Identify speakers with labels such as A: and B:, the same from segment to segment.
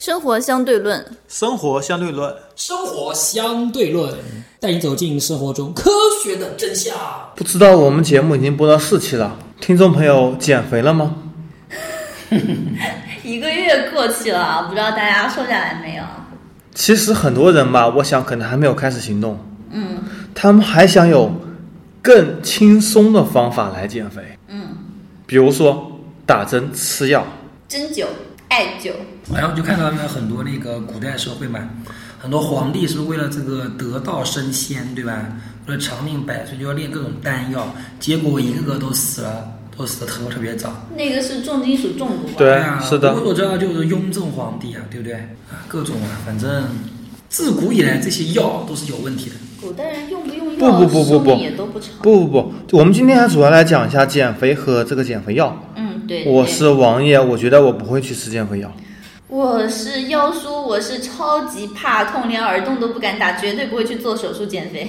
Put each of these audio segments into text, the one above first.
A: 生活相对论，
B: 生活相对论，
C: 生活相对论，带你走进生活中科学的真相。
D: 不知道我们节目已经播到四期了，听众朋友减肥了吗？
A: 一个月过去了，啊不知道大家瘦下来没有？
D: 其实很多人吧，我想可能还没有开始行动。嗯，他们还想有更轻松的方法来减肥。嗯，比如说打针、吃药。
A: 针灸、艾灸，
E: 然后就看到呢很多那个古代社会嘛，很多皇帝是为了这个得道升仙，对吧？为了长命百岁就要炼各种丹药，结果一个个都死了，都死的特特别早。
A: 那个是重金属中毒啊。
D: 对
E: 啊，
D: 是的
E: 我所知道就是雍正皇帝啊，对不对？啊，各种啊，反正自古以来这些药都是有问题的。
A: 古代人用不用
D: 不
A: 药，
D: 不不不
A: 寿
D: 不
A: 命也都不长。
D: 不不不，我们今天还主要来讲一下减肥和这个减肥药。
A: 嗯，对。
D: 我
A: 对
D: 是王爷，我觉得我不会去吃减肥药。
A: 我是腰疏，我是超级怕痛，连耳洞都不敢打，绝对不会去做手术减肥。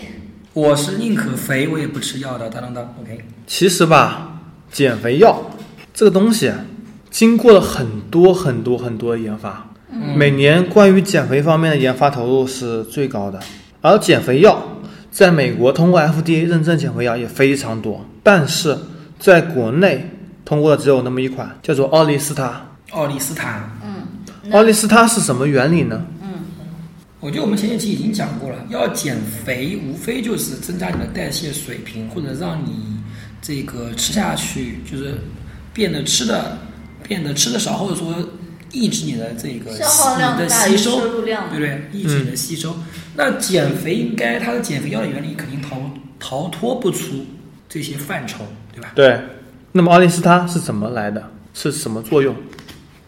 E: 我是宁可肥，我也不吃药的。当当当，OK。
D: 其实吧，减肥药这个东西，经过了很多很多很多的研发，每年关于减肥方面的研发投入是最高的。而减肥药在美国通过 FDA 认证减肥药也非常多，但是在国内通过的只有那么一款，叫做奥利司他。
E: 奥利司他，
D: 奥利司他是什么原理呢？
E: 我觉得我们前几期已经讲过了，要减肥无非就是增加你的代谢水平，或者让你这个吃下去就是变得吃的变得吃的少，或者说抑制你的这个
A: 消耗量
E: 你的
A: 大于嗯
E: 吸
A: 摄
E: 收，
A: 入量
E: 对不对？抑制你的吸收。那减肥应该它的减肥药的原理肯定逃逃脱不出这些范畴，对吧？
D: 对，那么奥利司他是怎么来的？是什么作用？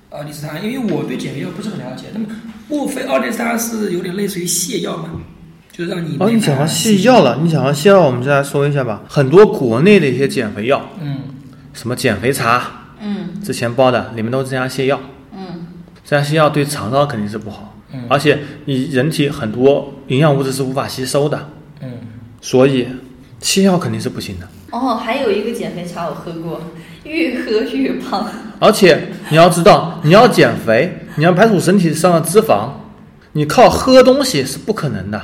E: 奥利司他，因为我对减肥药不是很了解，那么莫非奥利司他是有点类似于泻药吗？就是让你
D: 哦，
E: 没
D: 你讲
E: 法
D: 到
E: 吸
D: 泻
E: 收
D: 药了，你讲到泻药，我们再来说一下吧。很多国内的一些减肥药，
E: 嗯，
D: 什么减肥茶，
A: 嗯，
D: 之前包的，里面都是增加泻药，
A: 嗯，
D: 增加泻药对肠道肯定是不好，
E: 嗯
D: 而且你人体很多营养物质是无法吸收的，
E: 嗯，
D: 所以泻药肯定是不行的。
A: 哦，还有一个减肥茶我喝过，越喝越胖。
D: 而且你要知道，你要减肥，你要排除身体上的脂肪，你靠喝东西是不可能的。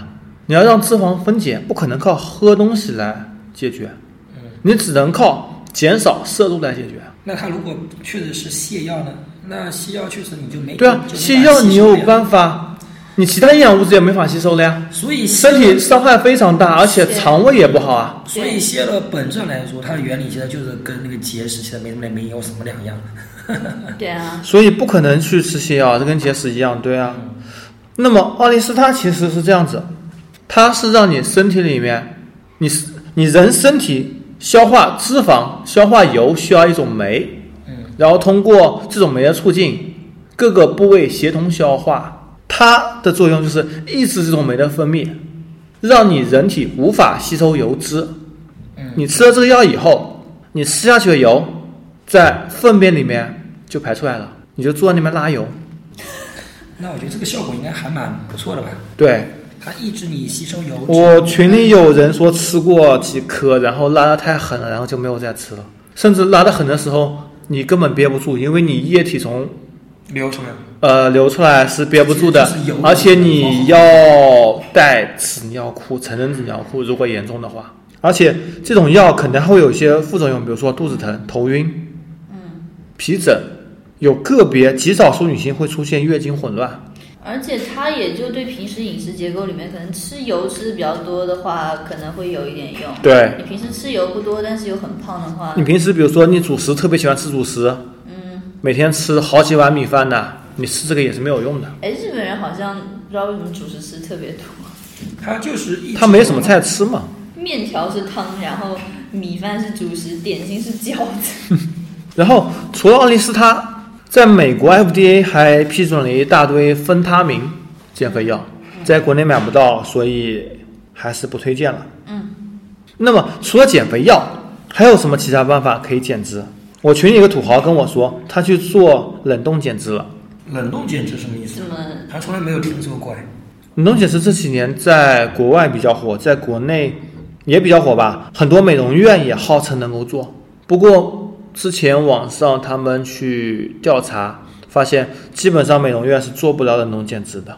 D: 你要让脂肪分解，不可能靠喝东西来解决，
E: 嗯
D: 你只能靠减少摄入来解决。
E: 那它如果确实是泻药呢？那泻药确实你就没
D: 对啊，
E: 哎就
D: 泻
E: 没法
D: 药你
E: 吸收
D: 有
E: 了呀
D: 办法，你其他营养物质也没法吸收了呀，
E: 所以泻
D: 身体
E: 药
D: 伤害非常大，而且肠胃也不好啊。
E: 所以泻药本质上来说，它的原理其实就是跟那个节食其实没没没有什么两样。
A: 对啊，
D: 所以不可能去吃泻药，这跟节食一样，对啊。那么奥利司他其实是这样子，它是让你身体里面，你是你人身体消化脂肪、消化油需要一种酶，然后通过这种酶的促进，各个部位协同消化，它的作用就是抑制这种酶的分泌，让你人体无法吸收油脂。你吃了这个药以后，你吃下去的油在粪便里面就排出来了，你就坐在那边拉油。
E: 那我觉得这个效果应该还蛮不错的吧？
D: 对
E: 它抑制你吸收油脂。
D: 我群里有人说吃过几颗，然后拉的太狠了，然后就没有再吃了，甚至拉的狠的时候你根本憋不住，因为你液体从
E: 流出来了。
D: 呃流出来是憋不住的
E: 就是油，
D: 而且你要带纸尿裤，成人纸尿裤，如果严重的话，而且这种药可能还会有一些副作用，比如说肚子疼、头晕，嗯，皮疹，有个别极少数女性会出现月经混乱。
A: 而且它也就对平时饮食结构里面，可能吃油吃的比较多的话，可能会有一点用。
D: 对嗯
A: 你平时吃油不多，但是又很胖的话
D: 你，平时比如说你主食特别喜欢吃主食，嗯，每天吃好几碗米饭呢，你吃这个也是没有用的，
A: 哎，日本人好像不知道为什么主食吃特别多，
E: 它就是抑制
D: 它没什么菜吃嘛。
A: 面条是汤，然后米饭是主食，点心是饺子。
D: 然后除了奥利司他，在美国 FDA 还批准了一大堆芬他明减肥药，在国内买不到，所以还是不推荐了。嗯。那么除了减肥药，还有什么其他办法可以减脂？我群里有个土豪跟我说，他去做冷冻减脂了。
E: 冷冻减脂什么意思
A: 怎？么
E: 还从来没有听说过哎。
D: 冷冻减脂这几年在国外比较火，在国内也比较火吧。很多美容院也号称能够做，不过之前网上他们去调查，发现基本上美容院是做不了冷冻减脂的，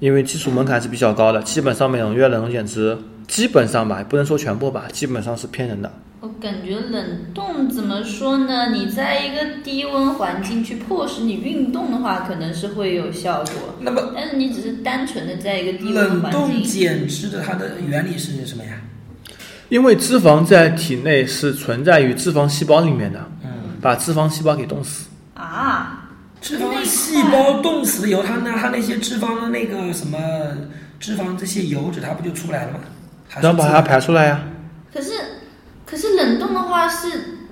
D: 因为技术门槛是比较高的。基本上美容院冷冻减脂，基本上吧，也不能说全部吧，基本上是骗人的。
A: 我感觉冷冻怎么说呢？你在一个低温环境去迫使你运动的话，可能是会有效果。
E: 那么
A: 但是你只是单纯的在一个低温
E: 冷
A: 环
E: 冻
A: 境，
E: 减脂的它的原理是什么呀？
D: 因为脂肪在体内是存在于脂肪细胞里面的，
E: 嗯
D: 把脂肪细胞给冻死。
A: 啊，
E: 脂肪细胞冻死以后，它那它那些脂肪的那个什么脂肪这些油脂，它不就出来了吗？还是
D: 然后把它
E: 自
D: 排出来呀、
A: 可是可是冷冻的话是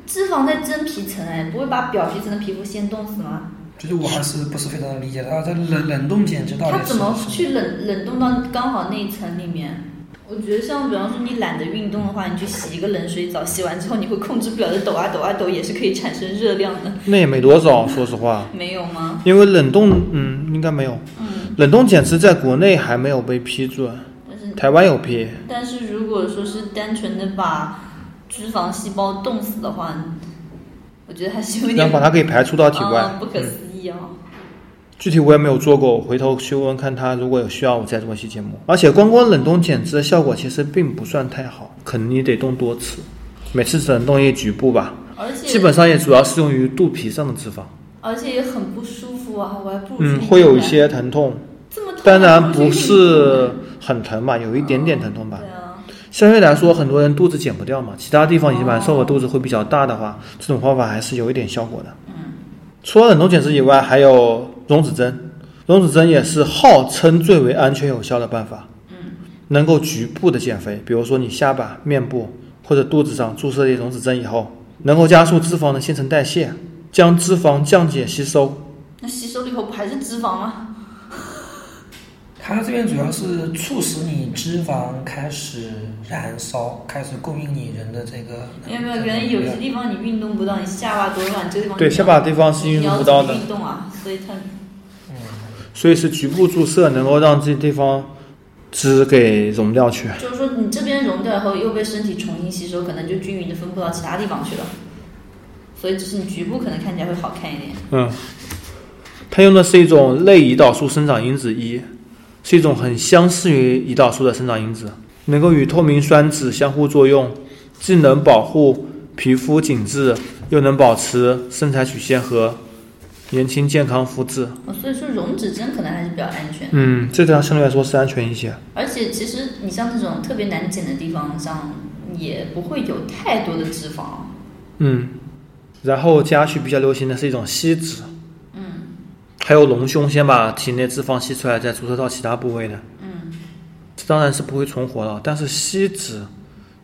A: 脂肪在真皮层哎，不会把表皮层的皮肤先冻死吗？
E: 就是我还是不是非常理解它它冷冷冻减脂到底
A: 它
E: 是
A: 怎么
E: 什
A: 去冷冷冻到刚好那一层里面？我觉得像比方说你懒得运动的话，你去洗一个冷水澡，洗完之后你会控制不了的抖啊抖啊抖，也是可以产生热量的，
D: 那也没多少，说实话，
A: 没有吗？
D: 因为冷冻，嗯，应该没有。
A: 嗯，
D: 冷冻减脂在国内还没有被批准，
A: 但是
D: 台湾有批。
A: 但是如果说是单纯的把脂肪细胞冻死的话，我觉得还是有
D: 然
A: 点
D: 后把它给排除到体外。
A: 啊不可思议哦。
D: 具体我也没有做过，我回头去问问看他，如果有需要，我再做一期节目。而且光光冷冻减脂的效果其实并不算太好，可能你得冻多次，每次只能冻一局部吧，
A: 而且
D: 基本上也主要是用于肚皮上的脂肪，
A: 而且也很不舒服啊，我还不如去
D: 嗯，
A: 运
D: 会有一
A: 动
D: 些疼痛，
A: 这么痛
D: 当
A: 还
D: 然
A: 如去
D: 不
A: 运动
D: 是很疼吧，有一点点疼痛吧。
A: 对啊，
D: 相对来说，很多人肚子减不掉嘛，其他地方已经蛮瘦了，肚子会比较大的话，这种方法还是有一点效果的。嗯，除了冷冻减脂以外，还有溶脂针，溶脂针也是号称最为安全有效的办法。嗯，能够局部的减肥，比如说你下巴、面部或者肚子上注射一溶脂针以后，能够加速脂肪的新陈代谢，将脂肪降解吸收。
A: 那吸收了以后不还是脂肪吗？
E: 它这边主要是促使你脂肪开始燃烧，开始供应你人的这个。
A: 没有没有，可能有些地方你运动不到，你下巴多软，这个地方
D: 对，
A: 你
D: 下
A: 要
D: 巴地方是运
A: 你
D: 动
A: 要
D: 不到的
A: 怎么。运动啊，所以它
D: 所以是局部注射能够让这地方脂给溶掉去。
A: 就是说你这边溶掉以后又被身体重新吸收，可能就均匀的分布到其他地方去了。所以只是你局部可能看起来会好看一点。
D: 嗯，它用的是一种类胰岛素生长因子一，是一种很相似于胰岛素的生长因子，能够与透明酸酯相互作用，既能保护皮肤紧致，又能保持身材曲线和年轻健康肤质。
A: 哦所以说溶脂针可能还是比较安全。
D: 嗯，这条相对来说是安全一些。
A: 而且其实你像这种特别难减的地方上，也不会有太多的脂肪。
D: 嗯，然后接下去比较流行的是一种吸脂，嗯，还有隆胸，先把体内脂肪吸出来，再注射到其他部位的，嗯，这当然是不会存活了。但是吸脂，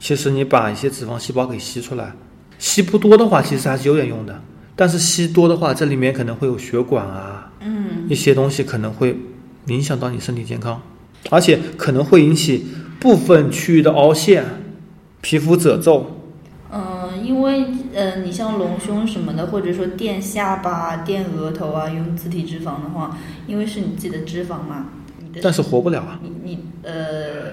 D: 其实你把一些脂肪细胞给吸出来，吸不多的话，其实还是有点用的。但是吸多的话，这里面可能会有血管啊，嗯，一些东西可能会影响到你身体健康，而且可能会引起部分区域的凹陷、皮肤褶皱，
A: 嗯、因为呃，你像隆胸什么的，或者说垫下巴、垫额头啊，用自体脂肪的话，因为是你自己的脂肪嘛，你的
D: 但是活不了啊。
A: 你你呃，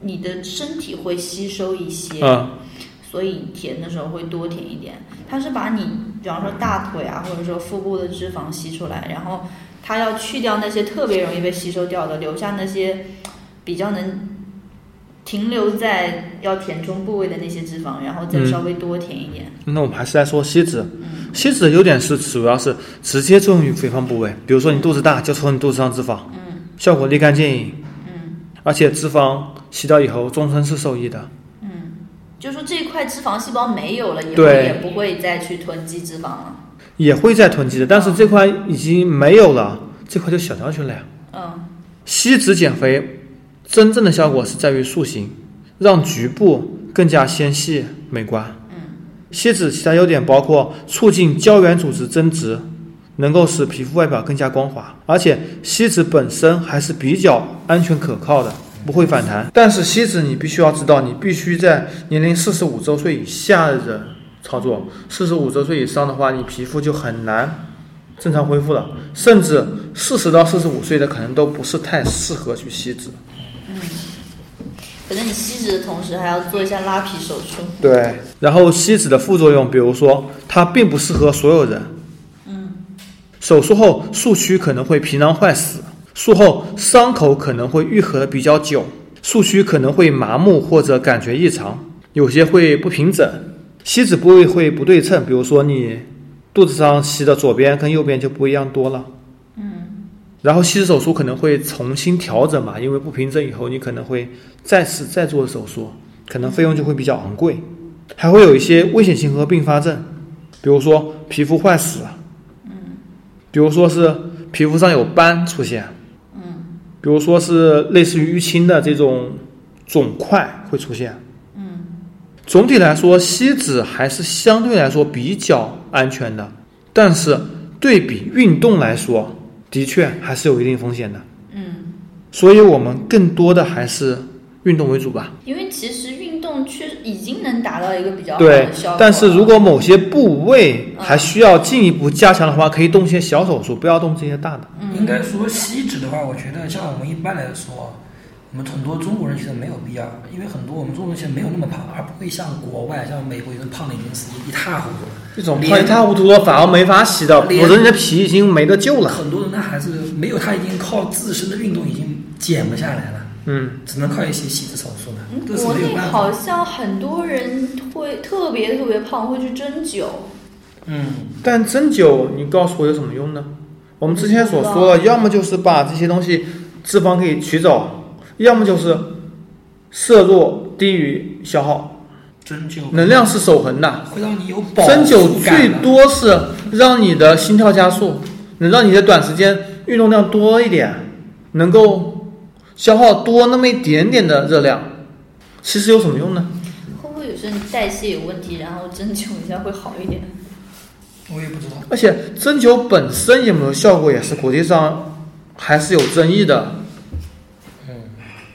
A: 你的身体会吸收一些，
D: 嗯，
A: 所以填的时候会多填一点。它是把你，比方说大腿啊，或者说腹部的脂肪吸出来，然后它要去掉那些特别容易被吸收掉的，留下那些比较能停留在要填充部位的那些脂肪，然后再
D: 嗯
A: 稍微多填一点。
D: 那我们还是来说吸脂。吸脂的优点是主要是直接作用于肥胖部位，比如说你肚子大就抽你肚子上脂肪，效果立竿见影。而且脂肪吸掉以后，终身是受益的。
A: 就是说这一块脂肪细胞没有了以后，
D: 对
A: 也不会再去囤积脂肪了。
D: 也会再囤积的，但是这块已经没有了，这块就小掉去了呀。
A: 嗯，
D: 吸脂减肥真正的效果是在于塑形，让局部更加纤细美观。嗯，吸脂其他优点包括促进胶原组织增殖，能够使皮肤外表更加光滑，而且吸脂本身还是比较安全可靠的。不会反弹，但是吸脂你必须要知道，你必须在年龄四十五周岁以下的人操作，四十五周岁以上的话，你皮肤就很难正常恢复了，甚至四十到四十五岁的可能都不是太适合去吸脂。
A: 可能你吸脂的同时还要做一下拉皮手术。
D: 对，然后吸脂的副作用，比如说它并不适合所有人。嗯，手术后术区可能会皮囊坏死，术后伤口可能会愈合的比较久，术区可能会麻木或者感觉异常，有些会不平整，吸指部位会不对称，比如说你肚子上吸的左边跟右边就不一样多了。然后吸脂手术可能会重新调整嘛，因为不平整以后你可能会再次再做手术，可能费用就会比较昂贵，还会有一些危险性和并发症，比如说皮肤坏死，嗯，比如说是皮肤上有斑出现，嗯，比如说是类似于淤青的这种肿块会出现，嗯，总体来说吸脂还是相对来说比较安全的，但是对比运动来说。的确还是有一定风险的。
A: 嗯，
D: 所以我们更多的还是运动为主吧。
A: 因为其实运动确实已经能达到一个比较好
D: 对
A: 的效果了，，
D: 但是如果某些部位
A: 嗯
D: 还需要进一步加强的话，可以动一些小手术，不要动这些大的。
A: 嗯
E: 应该说吸脂的话，我觉得像我们一般来说，我们很多中国人其实没有必要，因为很多我们中国人其实没有那么胖，而不会像国外像美国有人胖的已经是一塌糊涂了。
D: 这种
E: 脸
D: 胖一塌糊涂的反而没法洗的，
E: 脸
D: 否则你的皮已经没得救了。
E: 很多人他还是没有，他已经靠自身的运动已经减不下来了，
D: 嗯，
E: 只能靠一些吸脂手术了
A: 嗯。
E: 这是
A: 国
E: 没有
A: 内
E: 办
A: 好
E: 法。
A: 像很多人会特别特别胖，会去针灸。
E: 嗯，
D: 但针灸你告诉我有什么用呢？我们之前所说的，要么就是把这些东西脂肪给取走，要么就是摄入低于消耗，
E: 针灸
D: 能量是守恒的。
E: 会让你有饱
D: 针灸
E: 足
D: 最
E: 感的
D: 多是让你的心跳加速，能让你的短时间运动量多一点，能够消耗多那么一点点的热量。其实有什么用呢？
A: 会不会有些人代谢有问题，然后针灸一下会好一点？
E: 我也不知道。
D: 而且针灸本身有没有效果，也是国际上还是有争议的。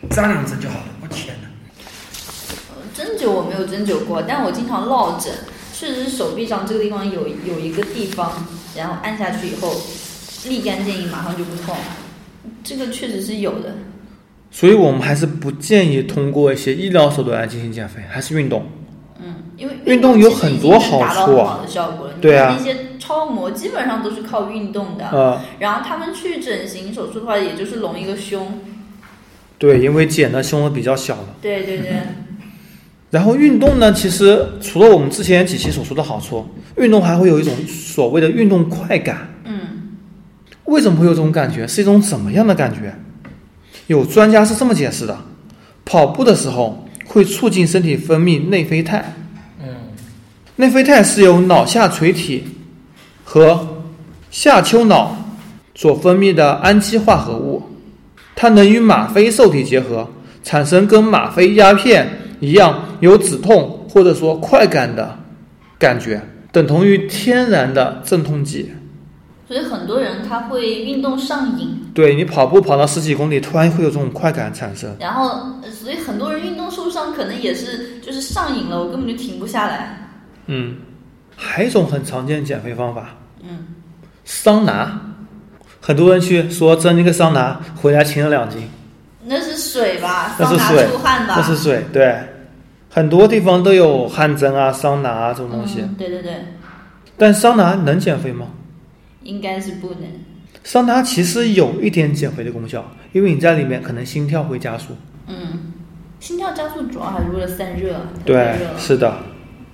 E: 扎两针就好了。我天哪！
A: 呃针灸我没有针灸过，但我经常落枕，确实是手臂上这个地方有有一个地方，然后按下去以后，立竿见影，马上就不痛。这个确实是有的。
D: 所以我们还是不建议通过一些医疗手段来进行减肥，还是运动。
A: 嗯，因为
D: 运动有很多好处
A: 其实已经能
D: 啊
A: 达到很好的效果了。
D: 对啊
A: 你看那些超模基本上都是靠运动的，
D: 呃，
A: 然后他们去整形手术的话，也就是隆一个胸。
D: 对，因为减的胸的比较小了。
A: 对对对，
D: 然后运动呢，其实除了我们之前几期所说的好处，运动还会有一种所谓的运动快感。
A: 嗯
D: 为什么会有这种感觉？是一种怎么样的感觉？有专家是这么解释的：跑步的时候会促进身体分泌内啡肽，
E: 嗯，
D: 内啡肽是由脑下垂体和下丘脑所分泌的氨基化合物，它能与吗啡受体结合，产生跟吗啡鸦片一样有止痛或者说快感的感觉，等同于天然的镇痛剂。
A: 所以很多人他会运动上瘾，
D: 对你跑步跑到十几公里，突然会有这种快感产生。
A: 然后呃所以很多人运动受伤可能也是就是上瘾了，我根本就停不下来。
D: 嗯，还有一种很常见的减肥方法，
A: 嗯，
D: 桑拿。很多人去说蒸一个桑拿，回来轻了两斤。
A: 那是水吧，
D: 那
A: 桑
D: 是
A: 拿
D: 水
A: 出汗吧，
D: 那是水，对，很多地方都有汗蒸啊、桑拿啊这种东西。
A: 嗯。对对对，
D: 但桑拿能减肥吗？
A: 应该是不能。
D: 桑拿其实有一点减肥的功效，因为你在里面可能心跳会加速。
A: 嗯，心跳加速主要还是为了散热，它
D: 对
A: 太热，了。
D: 是的。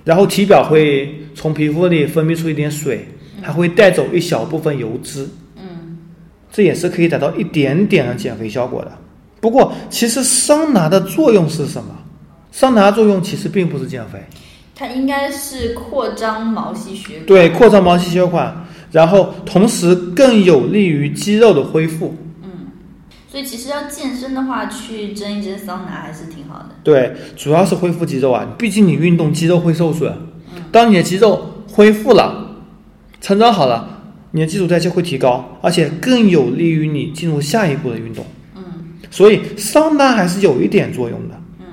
D: 然后体表会从皮肤里分泌出一点水，还会带走一小部分油脂，
A: 嗯，
D: 这也是可以达到一点点的减肥效果的。不过，其实桑拿的作用是什么？桑拿作用其实并不是减肥，
A: 它应该是扩张毛细血管。
D: 对，扩张毛细血管，然后同时更有利于肌肉的恢复。
A: 所以其实要健身的话，去蒸一蒸桑拿还是挺好的。
D: 对，主要是恢复肌肉啊，毕竟你运动肌肉会受损，当你的肌肉恢复了，成长好了，你的基础代谢会提高，而且更有利于你进入下一步的运动。
A: 嗯，
D: 所以桑拿还是有一点作用的，
A: 嗯，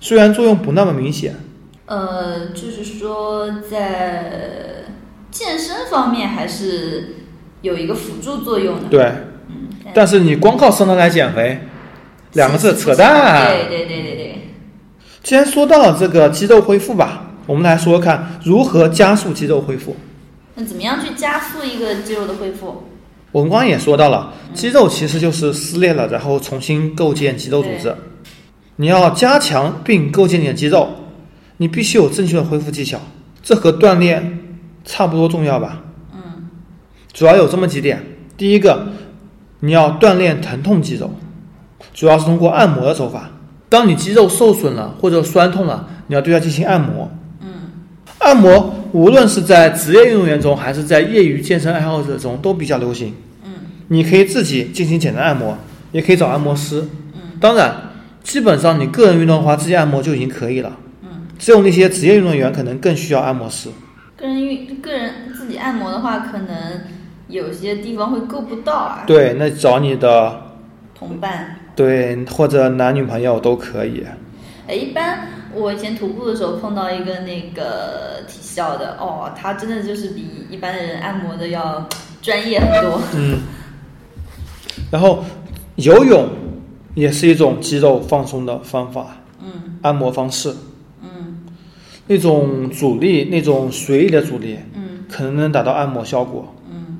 D: 虽然作用不那么明显。
A: 呃，就是说在健身方面还是有一个辅助作用的。，
D: 对，
A: 嗯，
D: 但是你光靠桑拿来减肥，两个字扯淡。
A: 对对对对对，
D: 既然说到了这个肌肉恢复吧，我们来说说看如何加速肌肉恢复。
A: 那怎么样去加速一个肌肉的恢复？
D: 我们刚刚也说到了，肌肉其实就是撕裂了，然后重新构建肌肉组织
A: 对。
D: 你要加强并构建你的肌肉，你必须有正确的恢复技巧，这和锻炼差不多重要吧？嗯，主要有这么几点：第一个，你要锻炼疼痛肌肉，主要是通过按摩的手法。当你肌肉受损了或者酸痛了，你要对它进行按摩。嗯，按摩无论是在职业运动员中，还是在业余健身爱好者中都比较流行。
A: 嗯
D: 你可以自己进行简单按摩，也可以找按摩师。当然，基本上你个人运动的话，自己按摩就已经可以了。只有那些职业运动员可能更需要按摩师。
A: 个人运个人自己按摩的话，可能有些地方会够不到啊。
D: 对，那找你的
A: 同伴，
D: 对或者男女朋友都可以。
A: 哎，一般我以前徒步的时候碰到一个那个体校的，哦，他真的就是比一般的人按摩的要专业很多。
D: 嗯。然后，游泳也是一种肌肉放松的方法，
A: 嗯
D: 按摩方式。
A: 嗯
D: 那种阻力，那种水里的阻力，
A: 嗯
D: 可能能达到按摩效果。
A: 嗯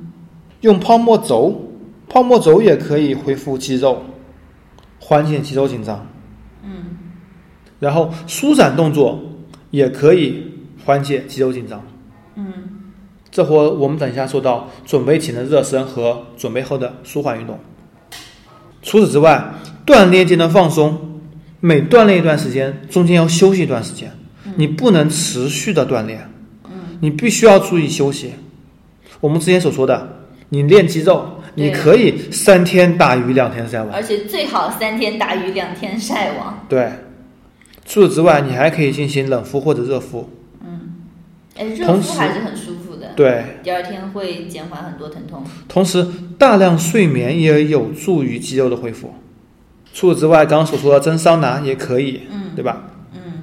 D: 用泡沫轴，泡沫轴也可以恢复肌肉，缓解肌肉紧张。
A: 嗯
D: 然后舒展动作也可以缓解肌肉紧张。
A: 嗯
D: 这会儿我们等一下说到准备前的热身和准备后的舒缓运动。除此之外，锻炼间的放松，每锻炼一段时间，中间要休息一段时间，你不能持续的锻炼，你必须要注意休息。我们之前所说的，你练肌肉，
A: 对
D: 你可以三天打鱼两天晒网，
A: 而且最好三天打鱼两天晒网。
D: 对。除此之外，你还可以进行冷敷或者热敷，
A: 哎，热
D: 同
A: 敷
D: 时
A: 还是很舒服的，
D: 对。
A: 第二天会减缓很多疼痛。
D: 同时，大量睡眠也有助于肌肉的恢复。除此之外，刚刚所说的蒸桑拿也可以，
A: 嗯
D: 对吧？
A: 嗯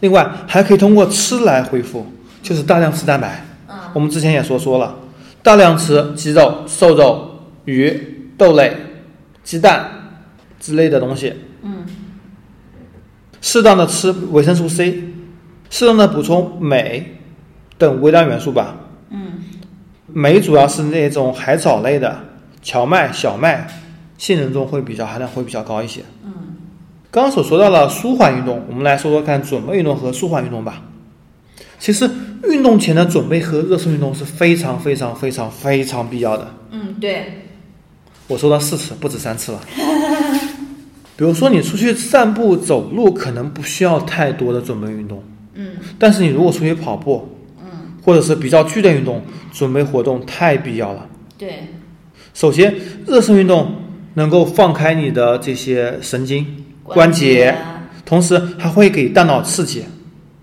D: 另外，还可以通过吃来恢复，就是大量吃蛋白。
A: 嗯
D: 我们之前也说说了，大量吃鸡肉、瘦肉、鱼、豆类、鸡蛋之类的东西，
A: 嗯
D: 适当的吃维生素 C，适当的补充镁等微量元素吧。
A: 嗯
D: 镁主要是那种海藻类的，荞麦、小麦、杏仁中会比较含量会比较高一些。
A: 嗯
D: 刚刚所说到了舒缓运动，我们来说说看准备运动和舒缓运动吧。其实运动前的准备和热身运动是非常非常非常非常必要的。
A: 嗯，对，
D: 我说了四次，不止 三次了。比如说你出去散步、走路，可能不需要太多的准备运动，
A: 嗯
D: 但是你如果出去跑步，
A: 嗯
D: 或者是比较剧烈运动，准备活动太必要了。
A: 对，
D: 首先，热身运动能够放开你的这些神经关
A: 节
D: 节，
A: 啊
D: 同时还会给大脑刺激，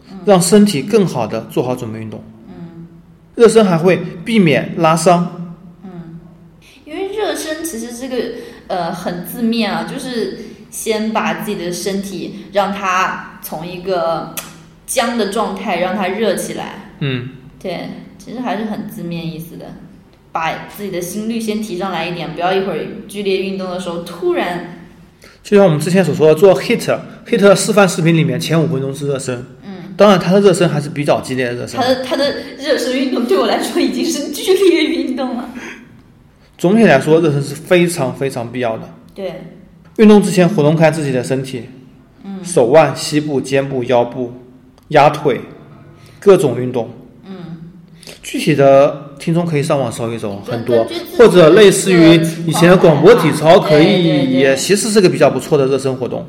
A: 嗯
D: 让身体更好的做好准备运动。热身还会避免拉伤，
A: 因为热身其实这个呃很字面啊，就是先把自己的身体让它从一个僵的状态让它热起来，
D: 嗯，
A: 对，其实还是很字面意思的，把自己的心率先提上来一点，不要一会儿剧烈运动的时候突然
D: 就像我们之前所说的，做 HIT HIT 示范视频里面前五分钟是热身，嗯，当然它的热身还是比较激烈的热身
A: 他。的他的热身运动对我来说已经是剧烈运动了，
D: 总体来说，热身是非常非常必要的。
A: 对，
D: 运动之前活动开自己的身体，嗯，手腕、膝部、肩部、腰部、压腿，各种运动，嗯，具体的听众可以上网搜一搜，
A: 对
D: 很多
A: 根据自己，
D: 或者类似于
A: 的情况
D: 以前的广播体操，
A: 来
D: 可
A: 对对
D: 以
A: 对
D: 也其实是个比较不错的热身活动。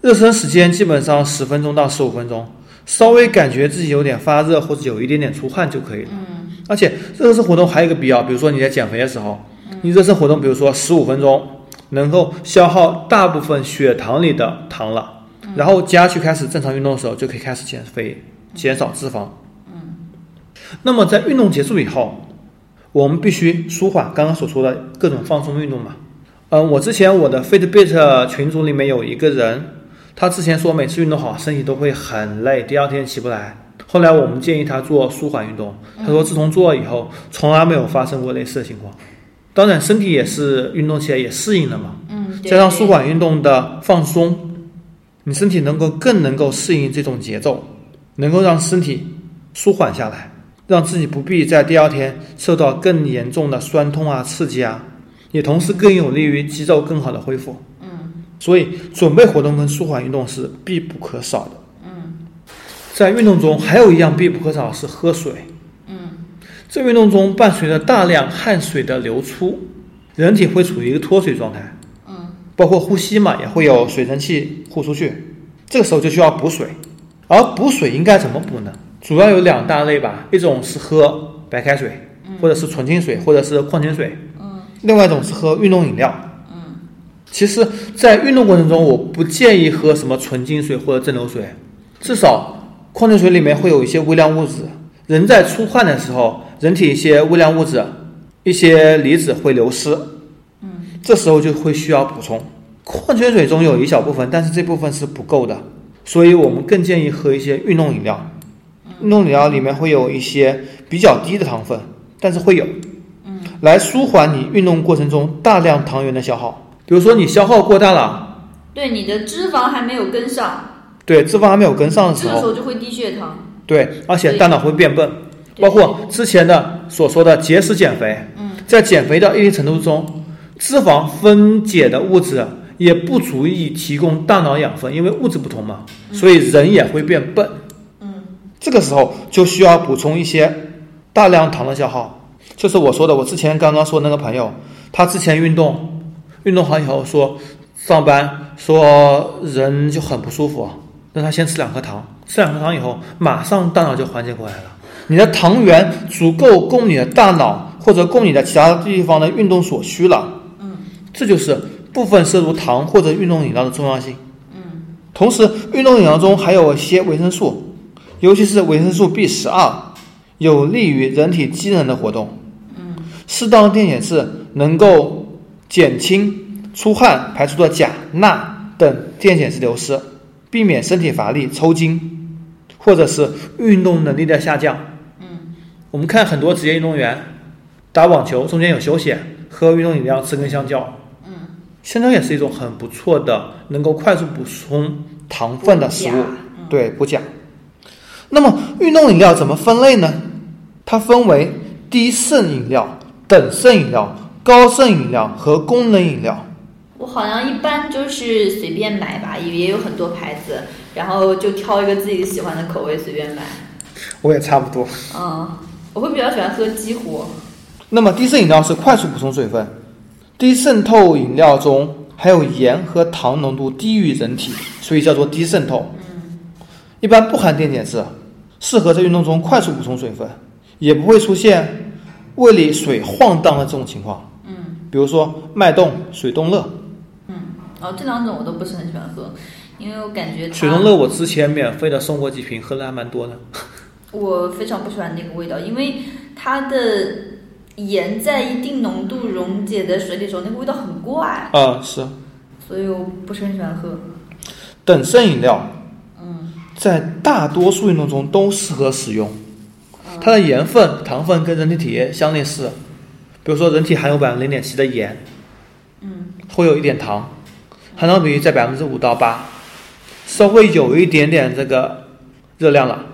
D: 热身时间基本上十分钟到十五分钟，稍微感觉自己有点发热或者有一点点出汗就可以了。嗯，而且热身活动还有一个必要，比如说你在减肥的时候，你热身活动，比如说十五分钟，能够消耗大部分血糖里的糖了，然后接下去开始正常运动的时候，就可以开始减肥，减少脂肪。嗯，那么在运动结束以后，我们必须舒缓刚刚所说的各种放松运动嘛。嗯，我之前我的 Fitbit 群组里面有一个人，他之前说每次运动好身体都会很累，第二天起不来。后来我们建议他做舒缓运动，他说自从做了以后，从来没有发生过类似的情况。当然，身体也是运动起来也适应了嘛，
A: 嗯，对
D: 加上舒，缓运动的放松，你身体能够更能够适应这种节奏，能够让身体舒缓下来，让自己不必在第二天受到更严重的酸痛啊、刺激啊，也同时更有利于肌肉更好的恢复。
A: 嗯
D: 所以，准备活动跟舒缓运动是必不可少的。
A: 嗯
D: 在运动中，还有一样必不可少的是喝水。
A: 嗯
D: 在运动中伴随着大量汗水的流出，人体会处于一个脱水状态，
A: 嗯
D: 包括呼吸嘛，也会有水蒸气呼出去。这个时候就需要补水，而补水应该怎么补呢？主要有两大类吧，一种是喝白开水，或者是纯净水，或者是矿泉水；
A: 嗯
D: 另外一种是喝运动饮料。
A: 嗯，
D: 其实，在运动过程中，我不建议喝什么纯净水或者蒸馏水，至少矿泉水里面会有一些微量物质。人在出汗的时候，人体一些微量物质、一些离子会流失，嗯，这时候就会需要补充。矿泉水中有一小部分，但是这部分是不够的，所以我们更建议喝一些运动饮料。运动饮料里面会有一些比较低的糖分，但是会有，嗯，来舒缓你运动过程中大量糖原的消耗。比如说你消耗过大了，
A: 对，你的脂肪还没有跟上，
D: 对脂肪还没有跟上的时
A: 这个时
D: 候，
A: 候就会低血糖。
D: 对，而且大脑会变笨，
A: 对
D: 包括之前的所说的节食减肥，
A: 嗯，
D: 在减肥到一定程度中，脂肪分解的物质啊也不足以提供大脑养分，因为物质不同嘛，所以人也会变笨。
A: 嗯
D: 这个时候就需要补充一些大量糖的消耗。就是我说的，我之前刚刚说那个朋友，他之前运动，运动好以后说上班说人就很不舒服，让他先吃两颗糖，吃两颗糖以后，马上大脑就缓解过来了。你的糖原足够供你的大脑或者供你的其他地方的运动所需了。
A: 嗯
D: 这就是部分摄入糖或者运动饮料的重要性。
A: 嗯
D: 同时，运动饮料中还有一些维生素，尤其是维生素 B 十二，有利于人体机能的活动。
A: 嗯，
D: 适当的电解质能够减轻出汗排出的钾、钠等电解质流失，避免身体乏力、抽筋，或者是运动能力的下降。
A: 嗯
D: 我们看很多职业运动员打网球中间有休息，喝运动饮料，吃根香蕉。
A: 嗯，
D: 香蕉也是一种很不错的，能够快速补充糖分的食物
A: 补钾嗯，
D: 对补钾。那么运动饮料怎么分类呢？它分为低渗饮料、等渗饮料、高渗饮料和功能饮料。
A: 我好像一般就是随便买吧，也也有很多牌子，然后就挑一个自己喜欢的口味随便买。
D: 我也差不多。
A: 嗯，我会比较喜欢喝激活。
D: 那么低渗饮料是快速补充水分，低渗透饮料中含有盐和糖浓度低于人体，所以叫做低渗透。一般不含电解质，适合在运动中快速补充水分，也不会出现胃里水晃荡的这种情况。
A: 嗯
D: 比如说脉动、水动乐，
A: 嗯，哦，这两种我都不是很喜欢喝，因为我感觉它
D: 水动乐我之前免费的送过几瓶，喝的还蛮多的。
A: 我非常不喜欢那个味道，因为它的盐在一定浓度溶解在水里的时候，那个味道很怪，
D: 啊、是
A: 所以我不是很喜欢喝。
D: 等渗饮料
A: 嗯
D: 在大多数运动中都适合使用。它的盐分、糖分跟人体体液相类似，比如说人体含有百分之零点七的盐，
A: 嗯
D: 会有一点糖，含糖比例在百分之五到八，稍微有一点点这个热量了，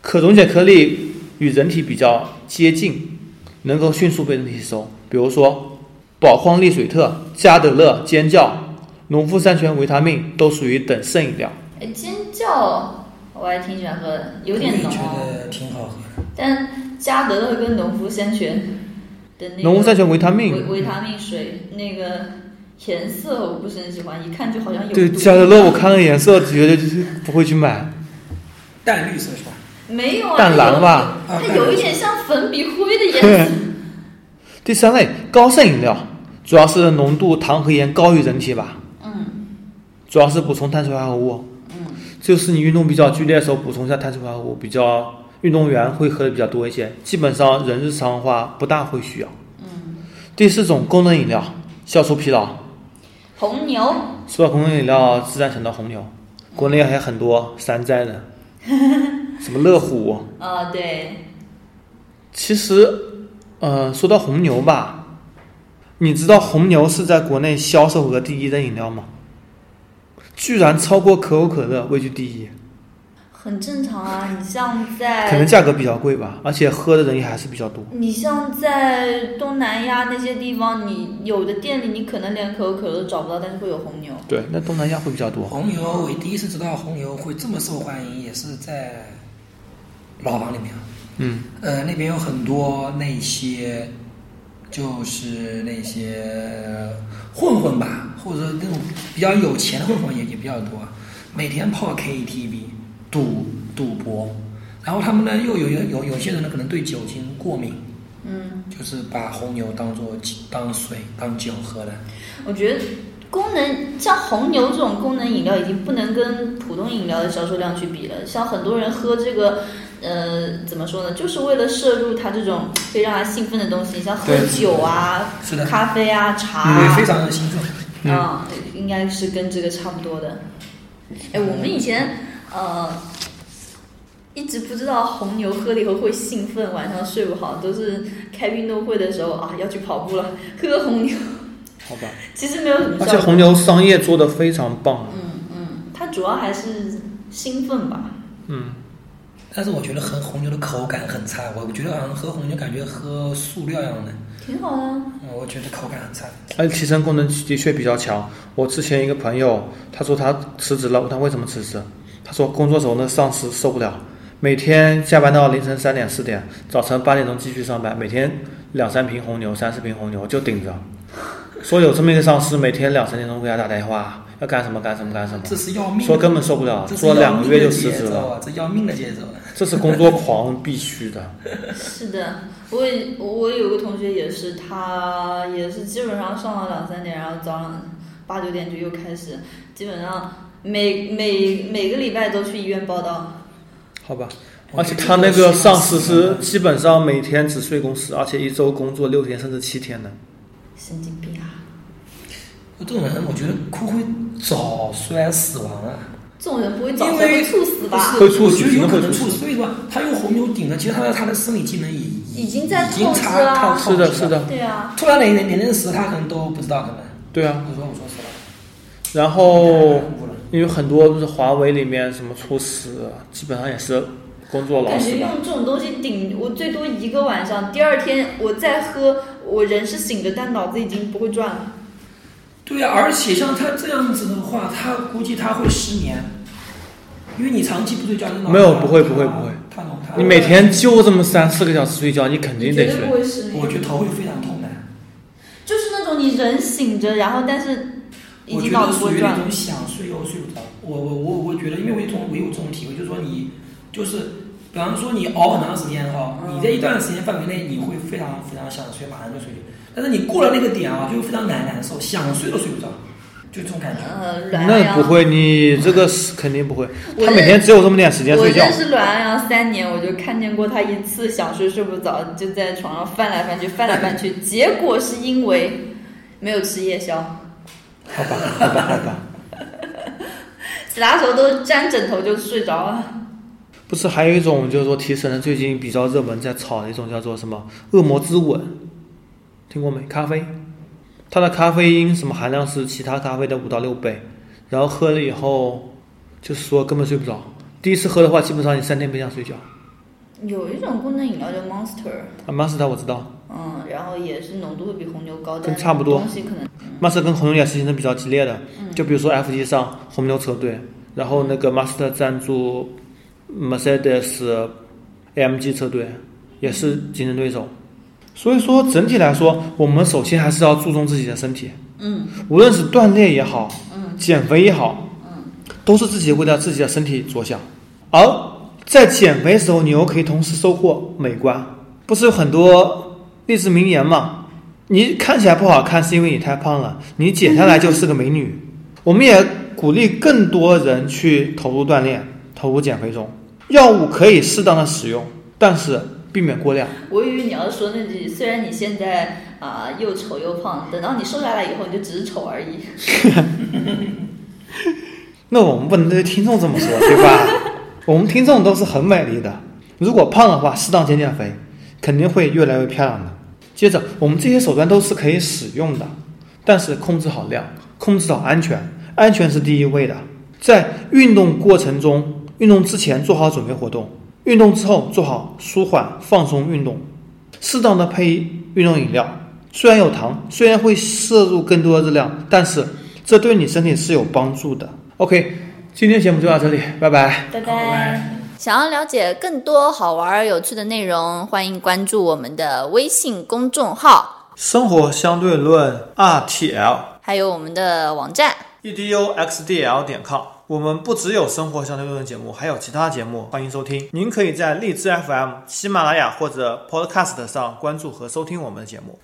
D: 可溶解颗粒与人体比较接近，能够迅速被人体吸收。比如说宝矿力水特、加德乐、尖叫、农夫山泉维他命都属于等渗饮料。
A: 哎，尖叫我还挺喜欢喝的，有
E: 我
A: 点
E: 也
A: 浓
E: 觉
A: 哦，
E: 得挺好喝的。
A: 但加德乐跟农夫山泉的那个
D: 农夫山泉维他
A: 维
D: 命，
A: 维他命水那个颜色我不是很喜欢，一看就好像有
D: 对
A: 毒
D: 加德乐，我看了颜色，绝对就是不会去买。
E: 淡绿色是吧？
A: 没有啊，
D: 淡蓝吧
A: 它有，它有一点像粉笔灰的颜色。
D: 第三类高渗饮料，主要是浓度糖和盐高于人体吧，
A: 嗯
D: 主要是补充碳水化合物。
A: 嗯
D: 就是你运动比较剧烈的时候，补充一下碳水化合物，比较运动员会喝的比较多一些。基本上人日常的话不大会需要。
A: 嗯，
D: 第四种功能饮料，消除疲劳。
A: 红牛，
D: 说到功能饮料，自然想到红牛，国内还有很多山寨 的，什么乐虎。
A: 啊，对，
D: 其实，呃，说到红牛吧，你知道红牛是在国内销售额第一的饮料吗？居然超过可口可乐位居第一，
A: 很正常啊。你像在
D: 可能价格比较贵吧，而且喝的人也还是比较多。
A: 你像在东南亚那些地方，你有的店里你可能连可口可乐都找不到，但是会有红牛。
D: 对，那东南亚会比较多。
E: 红牛，我第一次知道红牛会这么受欢迎，也是在牢房里面。啊
D: 嗯，
E: 呃，那边有很多那些，就是那些混混吧，或者那种比较有钱的混混也也比较多，每天泡 KTV 赌赌博，然后他们呢又有有有有些人呢可能对酒精过敏，
A: 嗯，
E: 就是把红牛当做当水当酒喝了。
A: 我觉得功能像红牛这种功能饮料已经不能跟普通饮料的销售量去比了。像很多人喝这个，呃，怎么说呢，就是为了摄入它这种可以让他兴奋的东西，像喝
D: 对
A: 酒啊
E: 是的、
A: 咖啡啊、茶
E: 对，
A: 啊
E: 非，常的兴奋。
D: 嗯
A: 啊、应该是跟这个差不多的。哎，我们以前呃一直不知道红牛喝了以后会兴奋，晚上睡不好，都是开运动会的时候啊要去跑步了，喝个红牛，
D: 好吧。
A: 其实没有什么
D: 而
A: 效
D: 且
A: 果。
D: 红牛商业做的非常棒。啊
A: 它主要还是兴奋吧。
D: 嗯，
E: 但是我觉得喝红牛的口感很差，我觉得好像喝红牛感觉喝塑料一样的，
A: 挺好的啊，
E: 嗯我觉得口感很差。
D: 而且提升功能的确比较强。我之前一个朋友，他说他辞职了，我问他为什么辞职，他说工作时候那上司受不了，每天加班到凌晨三点四点，早晨八点钟继续上班，每天两三瓶红牛，三四瓶红牛就顶着。说有这么一个上司，每天两三点钟给他打电话，要干什么干什么干什么，
E: 这是要命的，
D: 说根本受不了，
E: 这是
D: 啊说
E: 要
D: 两个
E: 命
D: 月
E: 的
D: 就
E: 节
D: 辞职
E: 奏
D: 了，
E: 啊，这要命的节奏啊。
D: 这是工作狂必须的。
A: 是的，我也我有个同学也是，他也是基本上上到两三点，然后早上八九点就又开始，基本上每每每个礼拜都去医院报道。
D: 好吧，
E: 我
D: 而
E: 觉
D: 且
E: 得
D: 他
E: 这
D: 那
E: 个
D: 个
E: 是
D: 上司是
E: 嗯
D: 基本上每天只睡公司，而且一周工作六天甚至七天的。
A: 神经病啊！
E: 这种人，我觉得哭会早衰死亡啊，
A: 这种人不会早
E: 因
A: 睡
E: 为
A: 会猝死吧？
D: 会
E: 不
D: 猝
E: 是，
D: 死
E: 我觉得有可
D: 真
E: 能
D: 的会猝死
E: 猝死。所以说，他用红牛顶了，其实他的他的生理机能已
A: 已经在
E: 已经
A: 透支
E: 差
A: 了
E: 差
D: 是的，是。的，
A: 对啊，
E: 突然哪一年年龄死，他可能都不知道，可能。
D: 对啊。
E: 我说我说错了。
D: 然后
E: 太恐怖了
D: 因为很多就是华为里面什么猝死，基本上也是工作老
A: 感
D: 死
A: 觉
D: 吧。
A: 用这种东西顶我最多一个晚上，第二天我再喝，我人是醒着，但脑子已经不会转了。
E: 对呀、而且像他这样子的话，他估计他会失眠，因为你长期不睡觉，你脑
D: 没有
E: 子
D: 不会不会不会
E: 他脑他
D: 你每天就这么三四个小时睡觉，你肯定
A: 你
D: 得
A: 绝对不
D: 睡。
A: 会失
E: 我
A: 眠，
E: 觉得头会非常痛的，
A: 就是那种你人醒着，然后但是已
E: 我
A: 经
E: 觉
A: 脑
E: 得
A: 子不
E: 属
A: 会
E: 于
A: 转
E: 那
A: 了。
E: 种想睡又睡不着。我我我我觉得，因为我有这种我有这种体会，就是说你就是，比方说你熬很长时间哈，
A: 嗯
E: 你在一段时间范围内你会非常非常想睡，马上就睡去，但是你过了那个点啊，就会非常难难受，想睡都睡不着，就这种感觉。
A: 呃，阮
D: 那
A: 阳
D: 不，会，你这个是肯定不会。
A: 我
D: 他每
A: 认
D: 天只有这么点时间
A: 我
D: 睡觉
A: 认。识阮阳三年，我就看见过他一次想睡睡不着，就在床上翻来翻去，翻来翻 去，结果是因为没有吃夜宵。
D: 好吧，好吧，好吧。
A: 其他时候都沾枕头就睡着了。
D: 不是还有一种就是说提神的，最近比较热门在炒的一种叫做什么“恶魔之吻”，听过没？咖啡，它的咖啡因什么含量是其他咖啡的五到六倍，然后喝了以后，就是说根本睡不着。第一次喝的话，基本上你三天没想睡觉。
A: 有一种功能饮料叫 Monster，
D: 啊，Monster 我知道
A: 嗯，然后也是浓度会比红牛高，但
D: 跟差不多
A: 东西可能嗯
D: ，Monster 跟红牛也是竞争比较激烈的，就比如说 F 1上红牛车队，然后那个
A: 嗯
D: Monster 赞助 Mercedes AMG 车队也是竞争对手。所以说，整体来说，我们首先还是要注重自己的身体，
A: 嗯
D: 无论是锻炼也好，
A: 嗯
D: 减肥也好，都是自己为了自己的身体着想。而在减肥时候，你又可以同时收获美观。不是有很多励志名言嘛？你看起来不好看，是因为你太胖了；你减下来就是个美女。我们也鼓励更多人去投入锻炼，投入减肥中。药物可以适当的使用，但是避免过量。
A: 我以为你要说那句，虽然你现在啊、又丑又胖，等到你瘦下来以后，你就只是丑而已。
D: 那我们不能对听众这么说，对吧？我们听众都是很美丽的，如果胖的话，适当减减肥，肯定会越来越漂亮的。接着，我们这些手段都是可以使用的，但是控制好量，控制好安全，安全是第一位的。在运动过程中，运动之前做好准备活动，运动之后做好舒缓放松运动，适当的配运动饮料。虽然有糖，虽然会摄入更多的热量，但是这对你身体是有帮助的。OK，今天节目就到这里，拜拜。
F: 拜
E: 好拜拜。
A: 想要了解更多好玩儿有趣的内容，欢迎关注我们的微信公众号，
D: 生活相对论 RTL
A: 还有我们的网站。
D: E eduxdl 点 com。我们不只有生活相对论节目，还有其他节目，欢迎收听。您可以在荔枝 FM、喜马拉雅或者 Podcast 上关注和收听我们的节目。